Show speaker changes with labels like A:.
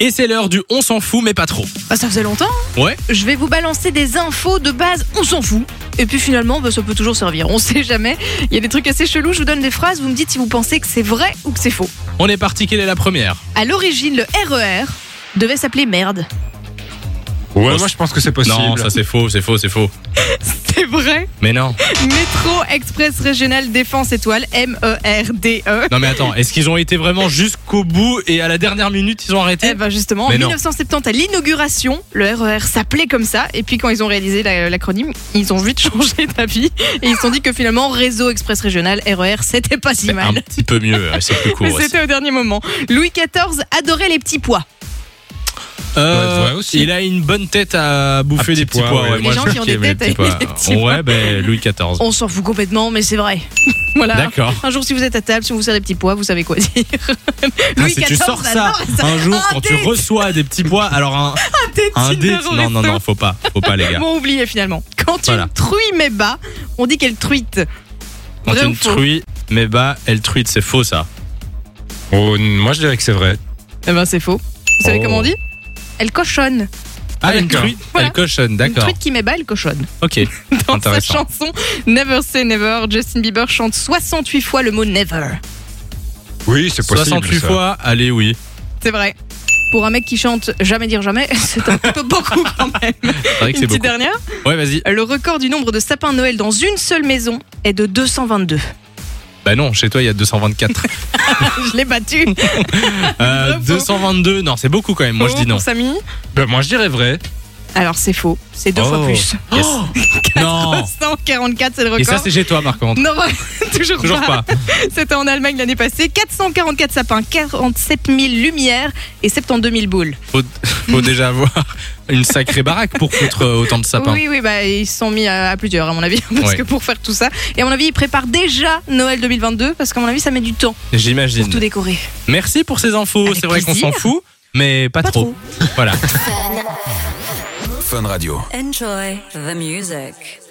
A: Et c'est l'heure du on s'en fout mais pas trop.
B: Bah, ça faisait longtemps. hein.
A: Ouais.
B: Je vais vous balancer des infos de base, on s'en fout. Et puis finalement, bah, ça peut toujours servir. On sait jamais. Il y a des trucs assez chelous. Je vous donne des phrases. Vous me dites si vous pensez que c'est vrai ou que c'est faux.
A: On est parti, quelle est la première
B: À l'origine, le RER devait s'appeler merde.
C: Ouais,
A: Poss-
C: moi je pense que c'est possible.
A: Non, ça c'est faux, c'est faux, c'est faux.
B: C'est vrai.
A: Mais non.
B: Métro Express Régional Défense Étoile, E M-E-R-D-E.
A: Non mais attends, est-ce qu'ils ont été vraiment jusqu'au bout et à la dernière minute ils ont arrêté
B: Eh ben justement, en
A: Mais non.
B: 1970, à l'inauguration, le RER s'appelait comme ça. Et puis quand ils ont réalisé la- l'acronyme, ils ont vite changé d'avis. Et ils se sont dit que finalement, Réseau Express Régional, RER, c'était pas si
A: C'est
B: mal.
A: Un petit peu mieux, ouais, c'est plus court.
B: Mais
A: ouais.
B: c'était au dernier moment. Louis XIV adorait les petits pois.
A: Euh,
C: Ouais, ouais, aussi.
A: Il a une bonne tête à bouffer
C: Un
A: des
C: petit
A: petits
C: pois,
A: pois.
C: ouais.
A: ouais,
C: Les
A: moi,
B: gens
A: je
B: qui ont des
A: aimais les
B: têtes
A: petits
B: avec des
A: pois.
B: petits
A: Ouais, ben Louis XIV.
B: On s'en fout complètement, mais c'est vrai. Voilà.
A: D'accord.
B: Un jour, si vous êtes à table, si on vous sert des petits pois, vous savez quoi dire.
A: Ah, si tu sors ça
B: adore
A: un jour
B: Un
A: quand tu
B: date.
A: reçois des petits pois, alors un,
B: Des
A: un
B: Tinder
A: date-
B: au
A: Non, non,
B: resto.
A: non, faut pas, faut pas les gars.
B: Bon, oubliez finalement. Quand
A: Voilà.
B: une truie met bas, on dit qu'elle truite.
A: Quand
B: Vrai ou
A: une
B: faux
A: truie, mais bah elle truite, c'est faux ça.
C: Oh, n- moi je dirais que c'est vrai.
B: Eh ben, c'est faux. Vous savez
C: Oh.
B: comment on dit Elle cochonne.
A: Ah, une
C: d'accord.
A: truite,
B: Voilà.
A: elle cochonne,
B: Une
A: d'accord.
B: truite qui met bas, elle cochonne.
A: Ok.
B: Dans sa
A: Intéressant.
B: chanson Never Say Never, Justin Bieber chante 68 fois le mot never.
C: Oui, c'est possible.
A: 68
C: ça.
A: fois, allez oui.
B: C'est vrai. Pour un mec qui chante jamais dire jamais, c'est un peu beaucoup quand même.
A: C'est vrai que
B: Une
A: c'est
B: petite
A: beaucoup.
B: dernière.
A: Ouais, vas-y.
B: Le record du nombre de sapins de Noël dans une seule maison est de 222.
A: Bah non, chez toi il y a 224.
B: Je l'ai battu.
A: Euh, 222, non, c'est beaucoup quand même. Moi je dis non.
B: Pour Samy.
C: Ben, moi je dirais vrai.
B: Alors c'est faux. C'est deux fois
A: Oh.
B: plus.
A: Yes. non.
B: 144, c'est le record.
A: Et ça c'est chez toi par contre.
B: non, toujours,
A: Toujours pas.
B: C'était en Allemagne l'année passée. 444 sapins, 47 000 lumières et 72 000 boules.
A: Faut, faut déjà avoir une sacrée baraque pour foutre euh, autant de sapins.
B: Oui, oui, bah, ils se sont mis à, à plusieurs, à mon avis, parce
A: Ouais.
B: que pour faire tout ça. Et à mon avis, ils préparent déjà Noël 2022, parce qu'à mon avis, ça met du temps pour
A: J'imagine.
B: tout décorer.
A: Merci pour ces infos.
B: Avec
A: C'est vrai qu'on s'en
B: plaisir.
A: fout, mais pas,
B: Pas trop.
A: Voilà.
D: Enjoy the music.